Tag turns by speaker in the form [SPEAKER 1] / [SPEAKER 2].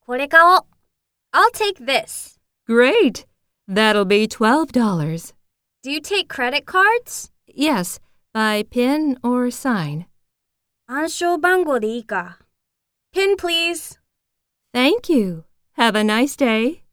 [SPEAKER 1] これ買おう。I'll take this.
[SPEAKER 2] Great! That'll be $12.
[SPEAKER 1] Do you take credit cards?
[SPEAKER 2] Yes, by PIN or sign.
[SPEAKER 1] 暗証番号でいいか。Pin please.
[SPEAKER 2] Thank you. Have a nice day.